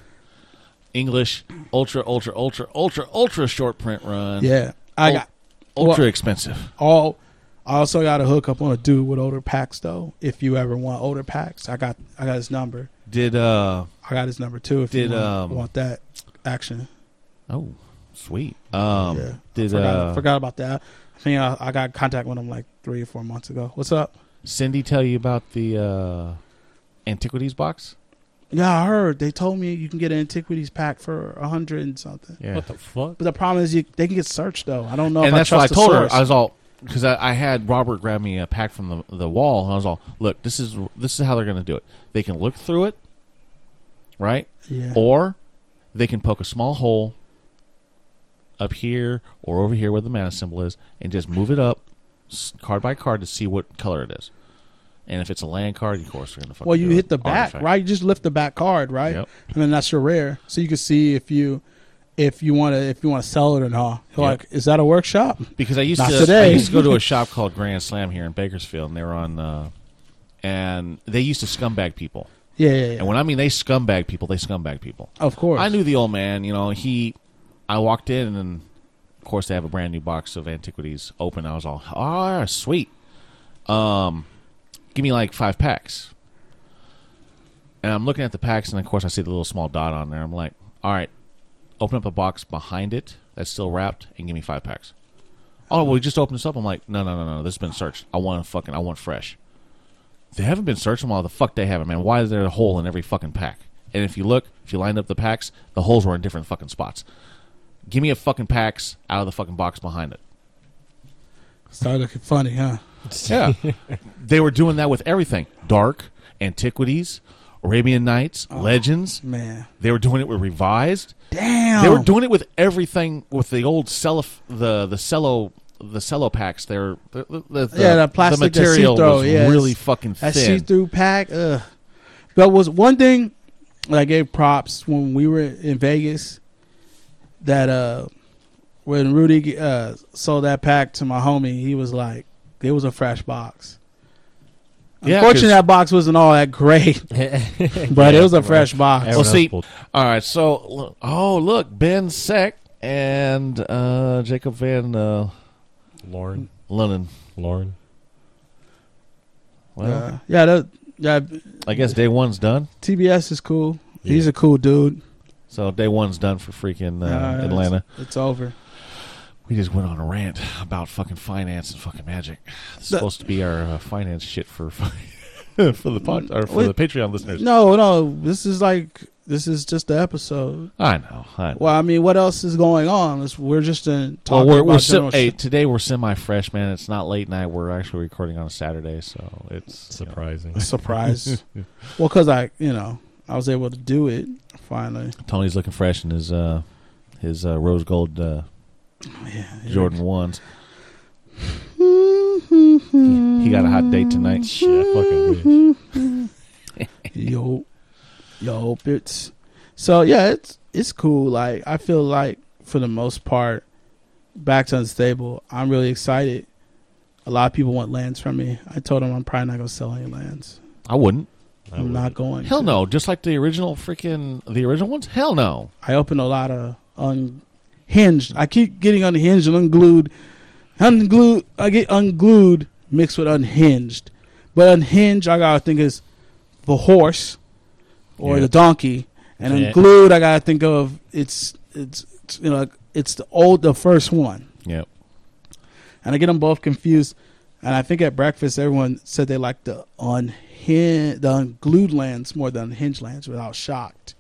Speaker 3: English ultra ultra ultra ultra ultra short print run.
Speaker 1: Yeah,
Speaker 3: Oh.
Speaker 1: I got
Speaker 3: ultra
Speaker 1: well-
Speaker 3: expensive.
Speaker 1: all I also got a hookup on a dude with older packs though. If you ever want older packs, I got I got his number.
Speaker 3: Did uh
Speaker 1: I got his number too. If
Speaker 3: Did,
Speaker 1: you want,
Speaker 3: um,
Speaker 1: want that action,
Speaker 3: oh sweet um
Speaker 1: yeah.
Speaker 3: did
Speaker 1: forgot,
Speaker 3: uh
Speaker 1: forgot about that. I think I, I got in contact with him like three or four months ago. What's up?
Speaker 3: Cindy tell you about the uh antiquities box?
Speaker 1: Yeah, I heard they told me you can get an antiquities pack for a hundred and something.
Speaker 3: Yeah,
Speaker 2: What the fuck?
Speaker 1: But the problem is you, they can get searched though. I don't know. if
Speaker 3: and that's
Speaker 1: I
Speaker 3: why I
Speaker 1: trust
Speaker 3: told
Speaker 1: the
Speaker 3: her.
Speaker 1: source.
Speaker 3: I was all because I, I had Robert grab me a pack from the the wall, and I was all, "Look, this is this is how they're going to do it. They can look through it, right?
Speaker 1: yeah.
Speaker 3: Or they can poke a small hole up here or over here where the mana symbol is, and just move it up s- card by card to see what color it is. And if it's a land card, of course, they're going to.
Speaker 1: Well, you hit the back, right? You just lift the back card, right?
Speaker 3: Yep.
Speaker 1: And then that's your rare, so you can see if you if you want to if you want to sell it or not. You're
Speaker 3: Yep.
Speaker 1: Like, is that a workshop?
Speaker 3: Because I used
Speaker 1: Not
Speaker 3: to
Speaker 1: today.
Speaker 3: I used to go to a shop called Grand Slam here in Bakersfield, and they were on, uh, and they used to scumbag people.
Speaker 1: Yeah, yeah, yeah.
Speaker 3: And when I mean they scumbag people, they scumbag people.
Speaker 1: of course.
Speaker 3: I knew the old man. You know, he. I walked in, and of course they have a brand new box of antiquities open. I was all, ah, sweet. Um, give me like five packs. And I'm looking at the packs, and of course I see the little small dot on there. I'm like, all right, open up the box behind it that's still wrapped, and give me five packs. Oh, well, we just opened this up. I'm like, no, no, no, no. This has been searched. I want to fucking, I want fresh. They haven't been searching while the fuck they haven't, man. Why is there a hole in every fucking pack? And if you look, if you lined up the packs, the holes were in different fucking spots. Give me a fucking packs out of the fucking box behind it.
Speaker 1: Started looking funny, huh?
Speaker 3: Yeah. they were doing that with everything. Dark, Antiquities, Arabian Nights,
Speaker 1: Oh.
Speaker 3: Legends.
Speaker 1: Man,
Speaker 3: They were doing it with Revised.
Speaker 1: damn.
Speaker 3: They were doing it with everything with the old cello, the the cello, the cello packs. They're the, the, the,
Speaker 1: Yeah, that plastic, that
Speaker 3: the material
Speaker 1: see-through,
Speaker 3: was
Speaker 1: yeah,
Speaker 3: really
Speaker 1: it's-
Speaker 3: fucking thin.
Speaker 1: that see-through pack. Ugh. But was one thing that I gave props when we were in Vegas that uh when Rudy uh sold that pack to my homie, he was like, "It was a fresh box."
Speaker 3: Yeah,
Speaker 1: Unfortunately,
Speaker 3: 'cause-
Speaker 1: that box wasn't all that great, but it was a fresh box.
Speaker 2: Everyone else
Speaker 3: see-
Speaker 2: pulled-
Speaker 3: All right, so look- oh look, Ben Seck and uh, Jacob Van uh,
Speaker 2: Lauren,
Speaker 3: Lennon.
Speaker 2: Lauren.
Speaker 3: Well,
Speaker 1: Uh, yeah, that, yeah.
Speaker 3: I guess day one's done.
Speaker 1: TBS is cool. He's
Speaker 2: Yeah.
Speaker 1: a cool dude.
Speaker 3: So day one's done for freaking uh,
Speaker 1: Uh, it's-
Speaker 3: Atlanta.
Speaker 1: It's over.
Speaker 3: We just went on a rant about fucking finance and fucking magic. It's
Speaker 1: The-
Speaker 3: supposed to be our uh, finance shit for for the pod, or for
Speaker 1: Wait.
Speaker 3: the Patreon listeners.
Speaker 1: No, no. This is like this is just the episode.
Speaker 3: I know. I know.
Speaker 1: Well, I mean, what else is going on? It's- We're just in
Speaker 3: Well,
Speaker 1: talking
Speaker 3: we're,
Speaker 1: about
Speaker 3: we're
Speaker 1: general
Speaker 3: sim- hey,
Speaker 1: shit.
Speaker 3: today we're semi fresh, man. It's not late night. We're actually recording on a Saturday, so it's you know,
Speaker 2: Surprising.
Speaker 1: surprise. well, because I, you know, I was able to do it finally.
Speaker 3: Tony's looking fresh in his uh, his uh, rose gold uh,
Speaker 1: Yeah,
Speaker 3: Jordan ones. He got a hot date tonight.
Speaker 2: Shit, I fucking wish.
Speaker 1: yo, yo, it's so yeah, it's it's cool. Like I feel like for the most part, back to unstable. I'm really excited. A lot of people want lands from me. I told them I'm probably not gonna sell any lands.
Speaker 3: I wouldn't.
Speaker 2: I
Speaker 1: I'm
Speaker 2: would-
Speaker 1: not going.
Speaker 3: Hell
Speaker 1: to.
Speaker 3: no. Just like the original freaking the original ones. Hell no.
Speaker 1: I opened a lot of unhinged. I keep getting unhinged and unglued. Unglued. I get unglued mixed with unhinged. But unhinged, I gotta think is the horse or
Speaker 2: Yeah.
Speaker 1: the donkey, and
Speaker 2: Yeah.
Speaker 1: unglued, I gotta think of it's it's, it's you know it's the old the first one,
Speaker 3: Yep.
Speaker 1: and I get them both confused. And I think at breakfast, everyone said they liked the unhinged, the unglued lands more than unhinged lands. But I was shocked.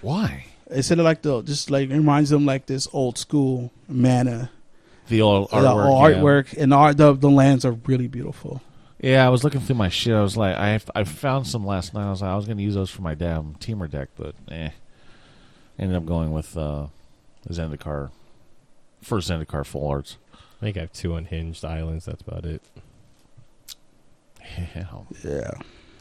Speaker 3: Why?
Speaker 1: They said it like the just like it reminds them like this old school manner,
Speaker 3: The old
Speaker 1: the
Speaker 3: artwork. yeah.
Speaker 1: artwork, and the art. The, the lands are really beautiful.
Speaker 3: Yeah, I was looking through my shit. I was like, I I found some last night. I was like, I was going to use those for my damn teamer deck, but eh. Ended up going with uh, Zendikar. First Zendikar full arts.
Speaker 2: I think I have two unhinged islands. That's about it.
Speaker 3: Hell,
Speaker 1: Yeah.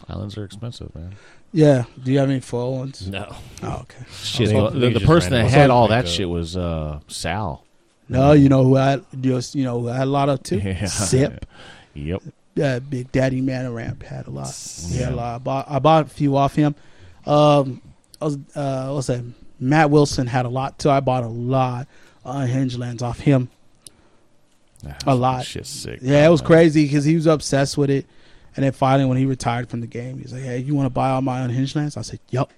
Speaker 3: islands are expensive, man.
Speaker 1: Yeah. Do you have any full ones?
Speaker 2: No.
Speaker 3: Mm-hmm.
Speaker 1: Oh, okay.
Speaker 3: Shit,
Speaker 2: think
Speaker 3: the,
Speaker 2: we
Speaker 3: the
Speaker 2: just
Speaker 3: person
Speaker 2: ran
Speaker 3: that
Speaker 2: out.
Speaker 3: had all
Speaker 2: Like
Speaker 3: that
Speaker 2: the-
Speaker 3: shit was uh, Sal.
Speaker 1: No, you know who I just you know who I had a lot of too. Sip.
Speaker 3: Yep.
Speaker 1: Uh, Big Daddy Manaramp had a lot. He had a
Speaker 3: Yeah.
Speaker 1: lot. I bought, I bought a few off him. Um, I was, uh, what's that? Matt Wilson had a lot too. I bought a lot of unhinged lands off him. A lot.
Speaker 3: Shit, sick.
Speaker 1: Yeah, it was
Speaker 3: Uh,
Speaker 1: crazy because he was obsessed with it. And then finally, when he retired from the game, he's like, "Hey, you want to buy all my unhinged lands?" I said, "Yup."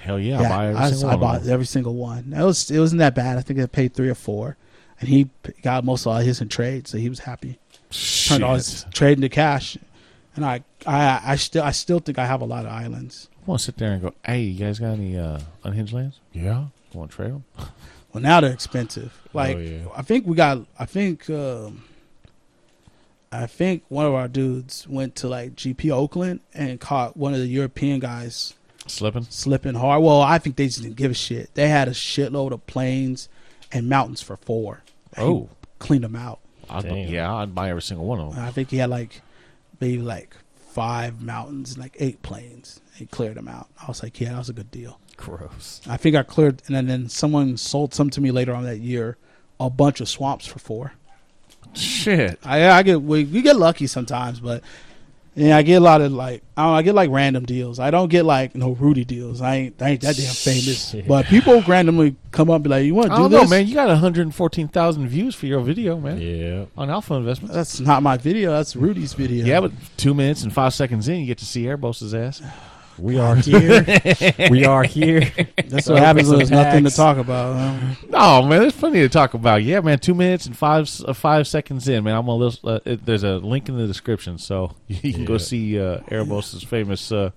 Speaker 3: Hell yeah,
Speaker 1: Yeah,
Speaker 3: buy every
Speaker 1: I,
Speaker 3: single
Speaker 1: I
Speaker 3: one of
Speaker 1: bought
Speaker 3: them.
Speaker 1: every single one. It was it wasn't that bad. I think I paid three or four, and he p- got most of all his in trade, so he was happy. Turned all his
Speaker 3: Shit.
Speaker 1: trade into cash, and I I I still I still think I have a lot of islands.
Speaker 3: I'm gonna sit there and go, "Hey, you guys got any uh, unhinged lands? Yeah, want to trade them?
Speaker 1: Well, now they're expensive. Like
Speaker 2: yeah.
Speaker 1: I think we got I think um, I think one of our dudes went to like GP Oakland and caught one of the European guys
Speaker 3: Slipping?
Speaker 1: slipping hard. Well, I think they just didn't give a shit. They had a shitload of plains and mountains for four. He
Speaker 3: Oh,
Speaker 1: cleaned them out.
Speaker 3: I'd,
Speaker 2: Damn.
Speaker 3: yeah, I'd buy every single one of them.
Speaker 1: I think he had like maybe like five mountains and like eight plains. He cleared them out. I was like, yeah, that was a good deal.
Speaker 2: Gross.
Speaker 1: I think I cleared, and then, then someone sold some to me later on that year, a bunch of swamps for four. Uh,
Speaker 3: Shit,
Speaker 1: I I get we, we get lucky sometimes, but yeah, I get a lot of like I, don't, know, I get like random deals. I don't get like no Rudy deals. I ain't I ain't that damn famous.
Speaker 2: Shit.
Speaker 1: But people randomly come up and be like, "You want to
Speaker 3: I
Speaker 1: do
Speaker 3: don't
Speaker 1: this?"
Speaker 3: know, man. You got 114,000 views for your video, man,
Speaker 2: Yeah.
Speaker 3: on Alpha Investments.
Speaker 1: That's not my video. That's Rudy's video.
Speaker 3: yeah. but two minutes and five seconds in, you get to see Airbos's ass.
Speaker 2: We are
Speaker 1: Dear,
Speaker 2: we are here.
Speaker 1: that's what happens when there's nothing to talk about. huh?
Speaker 3: No, man, there's plenty to talk about. Yeah, man, two minutes and five uh, five seconds in, man. I'm gonna list, uh, it, there's a link in the description, so you can go
Speaker 2: Yeah.
Speaker 3: see uh, Erebos's famous. Uh,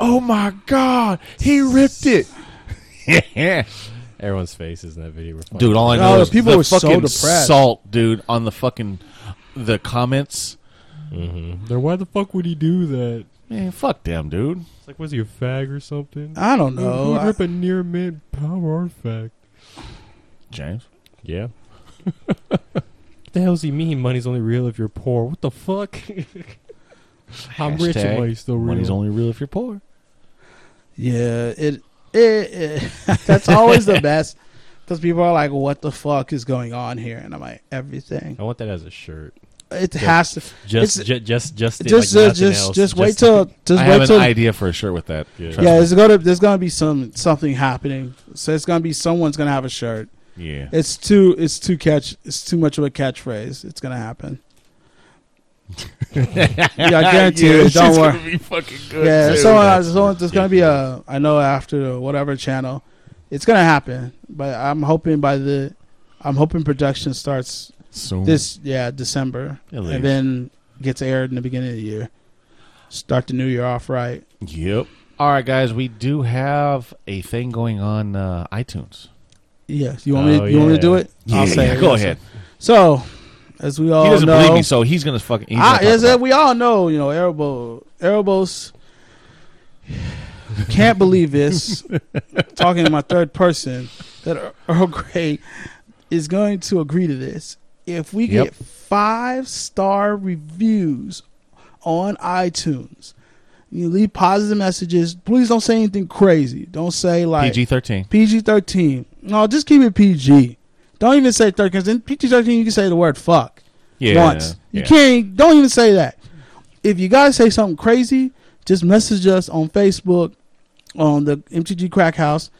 Speaker 3: oh my God, he ripped it. yeah,
Speaker 2: Everyone's faces in that video were funny.
Speaker 3: dude. All I
Speaker 1: No,
Speaker 3: know
Speaker 1: the
Speaker 3: is
Speaker 1: people
Speaker 3: the
Speaker 1: were so
Speaker 3: fucking
Speaker 1: depressed.
Speaker 3: salt, dude, on the fucking the comments.
Speaker 2: Mm-hmm. Then why the fuck would he do that?
Speaker 3: Man, fuck them, dude.
Speaker 2: It's like, was he a fag or something?
Speaker 1: I don't know. I-
Speaker 2: a near mint power artifact?
Speaker 3: James,
Speaker 2: Yeah. what the hell does he mean? Money's only real if you're poor. What the fuck? I'm rich
Speaker 3: Hashtag
Speaker 2: and money's still real.
Speaker 3: money's only real if you're poor.
Speaker 1: yeah, it, it, it that's always the best because people are like, "What the fuck is going on here?" And I'm like, "Everything.
Speaker 2: I want that as a shirt.
Speaker 1: It has to
Speaker 2: Just,
Speaker 1: It's-
Speaker 2: ju- just, just,
Speaker 1: just,
Speaker 2: like
Speaker 1: uh,
Speaker 2: nothing
Speaker 1: just,
Speaker 2: else.
Speaker 1: just wait till, just
Speaker 3: I
Speaker 1: wait
Speaker 3: have an
Speaker 1: till
Speaker 3: idea for a shirt with that.
Speaker 2: Yeah.
Speaker 3: Trust
Speaker 1: Yeah,
Speaker 3: me.
Speaker 1: there's gonna there's gonna be some something happening. So it's gonna be someone's gonna have a shirt.
Speaker 3: yeah.
Speaker 1: It's too it's too catch it's too much of a catchphrase. It's gonna happen. yeah, I guarantee
Speaker 3: Yeah,
Speaker 1: it.
Speaker 3: it's
Speaker 1: Don't
Speaker 3: gonna
Speaker 1: worry.
Speaker 3: be fucking good.
Speaker 1: Yeah,
Speaker 3: too.
Speaker 1: someone someone there's gonna be a I know after whatever channel, it's gonna happen. But I'm hoping by the I'm hoping production starts
Speaker 3: Soon.
Speaker 1: this yeah December
Speaker 3: At least.
Speaker 1: and then gets aired in the beginning of the year. Start the new year off right.
Speaker 3: Yep. All right, guys, we do have a thing going on uh, iTunes.
Speaker 1: Yes, you want me?
Speaker 2: Oh,
Speaker 1: you want me to
Speaker 2: yeah.
Speaker 1: do it? I'll say it.
Speaker 3: go
Speaker 1: Yes,
Speaker 3: ahead.
Speaker 1: So, as we all
Speaker 3: he doesn't
Speaker 1: know,
Speaker 3: believe me, so he's gonna fucking. He's
Speaker 1: I,
Speaker 3: gonna talk
Speaker 1: as
Speaker 3: about
Speaker 1: we all know, you know, Erebos, Erebos can't believe this. talking in my third person, that Ear- Earl Grey is going to agree to this if we
Speaker 3: Yep.
Speaker 1: get five star reviews on iTunes. You leave positive messages. Please don't say anything crazy. Don't say
Speaker 3: it.
Speaker 1: like
Speaker 3: PG thirteen.
Speaker 1: PG thirteen. No, just keep it PG. Don't even say thirteen because in PG thirteen you can say the word fuck
Speaker 3: Yeah.
Speaker 1: once.
Speaker 3: yeah.
Speaker 1: You can't. Don't even say that. If you gotta say something crazy, just message us on Facebook, on the MTG Crack House,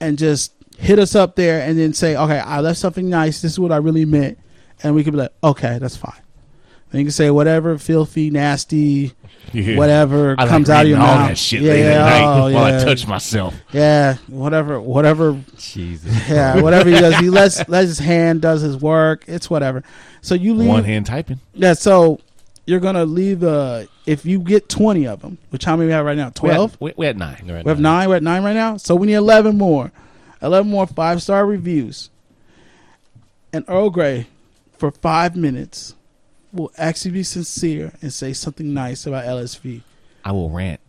Speaker 1: and just hit us up there, and then say, okay, I left something nice. This is what I really meant, and we can be like, okay, that's fine. Then you can say whatever, filthy, nasty,
Speaker 3: Yeah.
Speaker 1: whatever
Speaker 3: I like
Speaker 1: comes out of your
Speaker 3: reading all
Speaker 1: mouth.
Speaker 3: that shit late at night
Speaker 1: oh,
Speaker 3: while I
Speaker 1: yeah.
Speaker 3: touch myself.
Speaker 1: yeah, whatever, whatever
Speaker 2: Jesus.
Speaker 1: yeah, whatever he does, he lets lets his hand does his work. It's whatever. So you leave
Speaker 3: One hand typing.
Speaker 1: yeah. So you're gonna leave uh if you get twenty of them, which how many we have right now?
Speaker 3: We had-
Speaker 1: Twelve.
Speaker 3: We, we had nine.
Speaker 2: Right
Speaker 1: We have
Speaker 2: now.
Speaker 1: nine. We're at nine right now. So we need eleven more. Eleven more five star reviews. And Earl Grey, for five minutes, will actually be sincere and say something nice about LSV.
Speaker 3: I will rant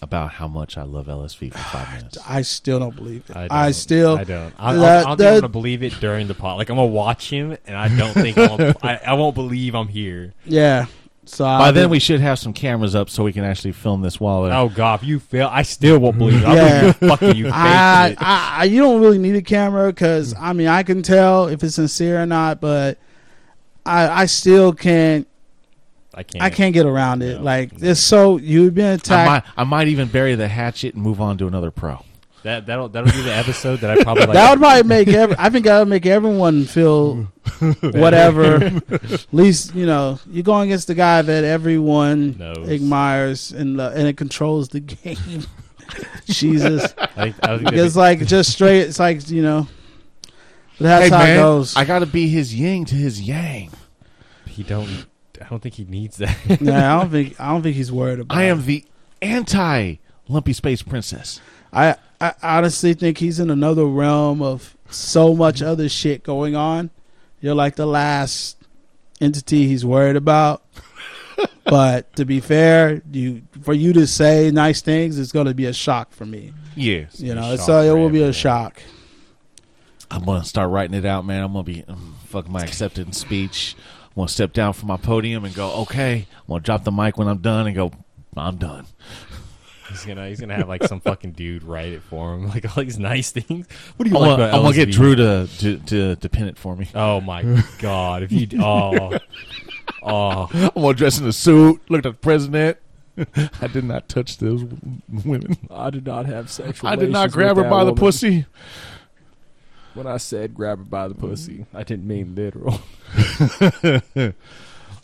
Speaker 3: about how much I love LSV for five minutes.
Speaker 1: I still don't believe it. I,
Speaker 2: don't.
Speaker 1: still.
Speaker 2: I don't. I, I, I
Speaker 1: That-
Speaker 2: don't think I'm
Speaker 1: that-
Speaker 2: gonna believe it during the pod. Like I'm gonna watch him, and I don't think I'm gonna, I, I won't believe I'm here.
Speaker 1: Yeah. So
Speaker 3: By then, we should have some cameras up so we can actually film this while. uh, it-
Speaker 2: Oh God, if you fail, I still won't believe it. I'll
Speaker 1: Yeah.
Speaker 2: believe you fucking you.
Speaker 1: I,
Speaker 2: faked it.
Speaker 1: I, I- you don't really need a camera because I mean I can tell if it's sincere or not, but I, I still can't.
Speaker 2: I can't.
Speaker 1: I can't get around it.
Speaker 2: No.
Speaker 1: Like it's so you've been
Speaker 3: I
Speaker 1: attacked.
Speaker 3: might, I might even bury the hatchet and move on to another pro.
Speaker 2: That that'll that'll be the episode that I probably like.
Speaker 1: that would probably make. Every, I think that would make everyone feel whatever. At least you know you're going against the guy that everyone
Speaker 2: Knows.
Speaker 1: admires and lo- and it controls the game. Jesus,
Speaker 2: I think, I think that'd
Speaker 1: it's
Speaker 2: be-
Speaker 1: like just straight. It's like you know. That's
Speaker 3: Hey,
Speaker 1: how
Speaker 3: man,
Speaker 1: it goes.
Speaker 3: I got to be his yin to his yang.
Speaker 2: he don't. I don't think he needs that.
Speaker 1: Nah, I don't think I don't think he's worried about.
Speaker 3: I
Speaker 1: it.
Speaker 3: am the anti Lumpy Space Princess.
Speaker 1: I I honestly think he's in another realm of so much other shit going on. You're like the last entity he's worried about. but to be fair, you for you to say nice things is going to be a shock for me.
Speaker 3: Yeah,
Speaker 1: You
Speaker 2: be a
Speaker 1: know,
Speaker 2: shock
Speaker 1: so it
Speaker 2: for
Speaker 1: will be a
Speaker 2: everyone.
Speaker 1: shock.
Speaker 3: I'm gonna start writing it out, man. I'm gonna be um, fuck my acceptance speech. I'm gonna step down from my podium and go, okay. I'm gonna drop the mic when I'm done and go, I'm done.
Speaker 2: He's gonna he's gonna have like some fucking dude write it for him, like all these nice things. What do
Speaker 3: I'm
Speaker 2: you like
Speaker 3: gonna,
Speaker 2: about
Speaker 3: I'm gonna get
Speaker 2: LSD?
Speaker 3: Drew to, to to to pin it for me.
Speaker 2: Oh my god! If you oh oh
Speaker 3: I'm gonna dress in a suit, look like the president. I did not touch those women.
Speaker 4: I did not have sexual.
Speaker 3: I did
Speaker 4: relations
Speaker 3: not grab her
Speaker 4: with
Speaker 3: by
Speaker 4: that
Speaker 3: the
Speaker 4: woman.
Speaker 3: pussy.
Speaker 4: When I said grab her by the pussy, I didn't mean literal.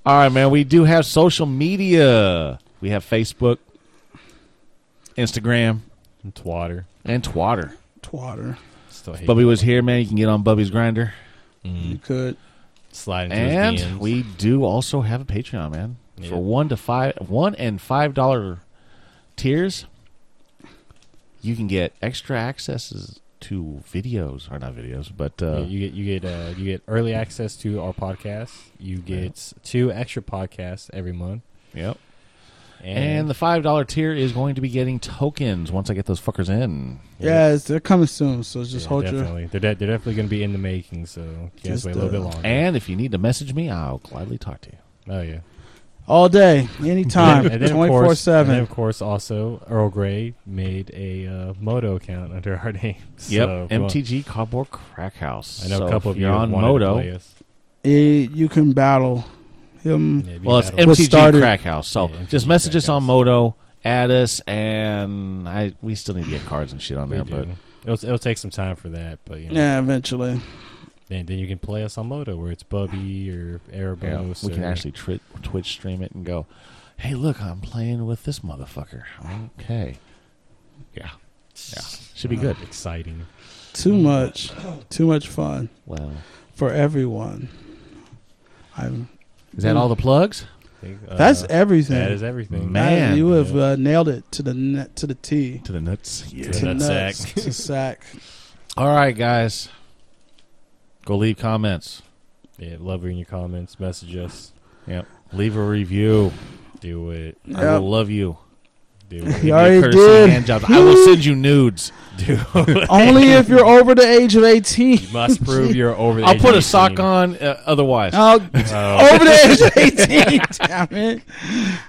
Speaker 3: All right, man. We do have social media. We have Facebook, Instagram,
Speaker 2: twatter.
Speaker 3: and Twitter.
Speaker 1: Twatter.
Speaker 2: Mm-hmm. Still hate
Speaker 3: Bubby was here, man. You can get on Bubby's grinder.
Speaker 1: You
Speaker 2: Mm.
Speaker 1: could.
Speaker 2: slide into his
Speaker 3: And
Speaker 2: DMs.
Speaker 3: we do also have a Patreon, man.
Speaker 2: Yeah.
Speaker 3: For one to five, one and five dollar tiers, you can get extra accesses to videos, or not videos, but
Speaker 2: Yeah,
Speaker 3: uh,
Speaker 2: you get you get uh, you get early access to our podcast. You
Speaker 3: Yeah.
Speaker 2: get two extra podcasts every month,
Speaker 3: yep. And
Speaker 2: and,
Speaker 3: the five dollar tier is going to be getting tokens once I get those fuckers in.
Speaker 1: Yeah, it's, they're coming soon, so
Speaker 2: Yeah,
Speaker 1: just hold your.
Speaker 2: definitely. They're de- they're definitely going to be in the making. So you guys
Speaker 1: Just,
Speaker 2: wait a little bit
Speaker 1: uh,
Speaker 2: longer.
Speaker 3: And if you need to message me, I'll gladly talk to you.
Speaker 2: oh yeah,
Speaker 1: All day,
Speaker 2: And
Speaker 1: anytime,
Speaker 2: then, and then, of
Speaker 1: twenty
Speaker 2: course-
Speaker 1: four
Speaker 2: And then,
Speaker 1: seven.
Speaker 2: of course, also Earl Grey made a uh, Moto account under our name.
Speaker 3: Yep,
Speaker 2: So if you want-
Speaker 3: MTG Cardboard Crack House.
Speaker 2: I know
Speaker 3: So
Speaker 2: a couple
Speaker 3: if
Speaker 2: of you
Speaker 3: you're on
Speaker 2: wanted To
Speaker 3: Moto.
Speaker 2: play us.
Speaker 1: You can battle him.
Speaker 2: Yeah, if you
Speaker 3: Mm. Well, it's
Speaker 2: had a-
Speaker 1: We'll
Speaker 3: MTG
Speaker 1: start it.
Speaker 3: Crack House. So
Speaker 2: Yeah,
Speaker 3: just
Speaker 2: MTG
Speaker 3: message
Speaker 2: Crack
Speaker 3: us on
Speaker 2: House.
Speaker 3: Moto, add us, and I we still need to get cards and shit on
Speaker 2: we
Speaker 3: there.
Speaker 2: do.
Speaker 3: But
Speaker 2: it'll, it'll take some time for that, but you know,
Speaker 1: Yeah, eventually.
Speaker 2: then, then you can play us on Moto where it's Bubby or
Speaker 3: yeah,
Speaker 2: Erebos.
Speaker 3: we can
Speaker 2: or-
Speaker 3: actually tri- Twitch stream it and go, hey, look, I'm playing with this motherfucker. Okay. Yeah. Yeah. Should be
Speaker 2: Uh,
Speaker 3: good.
Speaker 2: Exciting.
Speaker 1: Too much, too much fun.
Speaker 3: Well,
Speaker 1: for everyone. I'm,
Speaker 3: is
Speaker 1: Hmm.
Speaker 3: that all the plugs?
Speaker 2: Think, uh,
Speaker 1: that's everything.
Speaker 2: that is everything.
Speaker 3: Man.
Speaker 1: That- you have
Speaker 2: Yeah.
Speaker 1: uh, nailed it to the net, to the T.
Speaker 3: To the nuts. Yeah.
Speaker 2: To
Speaker 1: to
Speaker 2: that
Speaker 1: nuts,
Speaker 2: sack.
Speaker 1: to sack.
Speaker 3: All right, guys. Go leave comments.
Speaker 2: Yeah, love reading your comments. Message us.
Speaker 3: Yep. Leave a review.
Speaker 2: Do it.
Speaker 3: I
Speaker 1: Yep.
Speaker 3: will love you.
Speaker 2: Do it.
Speaker 1: You
Speaker 3: Give me
Speaker 1: already
Speaker 3: courtesy
Speaker 1: did.
Speaker 3: hand jobs. I will send you nudes.
Speaker 1: Only if you're over the age of eighteen.
Speaker 2: You must prove you're over. The
Speaker 3: I'll
Speaker 2: age
Speaker 3: put
Speaker 2: of
Speaker 3: a sock
Speaker 2: 18.
Speaker 3: on uh, otherwise.
Speaker 1: Oh,
Speaker 2: Oh,
Speaker 1: over the age of eighteen. Damn it.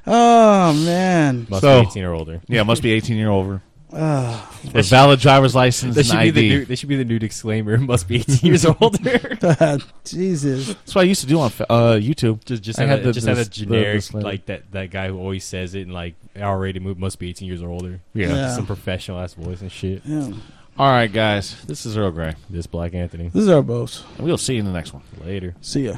Speaker 1: Oh man.
Speaker 2: must
Speaker 3: So-
Speaker 2: be 18 or older.
Speaker 3: Yeah, must be 18 year over.
Speaker 1: Oh,
Speaker 3: A valid driver's license
Speaker 2: This
Speaker 3: and
Speaker 2: should, be
Speaker 3: ID.
Speaker 2: the new, this should be the new disclaimer. Must be 18 years older.
Speaker 1: Jesus.
Speaker 3: That's what I used to do on fa- uh, YouTube.
Speaker 2: just just
Speaker 3: I
Speaker 2: have,
Speaker 3: had
Speaker 2: a,
Speaker 3: the-
Speaker 2: just
Speaker 3: the-
Speaker 2: have a
Speaker 3: the- the
Speaker 2: generic
Speaker 3: disclaimer.
Speaker 2: like that, that guy who always says it and like R rated movie must be 18 years or older.
Speaker 1: Yeah.
Speaker 2: Some professional ass voice and shit.
Speaker 1: Yeah.
Speaker 3: All right, guys. This is Earl Grey.
Speaker 2: This Black Anthony.
Speaker 1: This is our boss.
Speaker 3: And we'll see you in the next one.
Speaker 2: Later.
Speaker 1: See ya.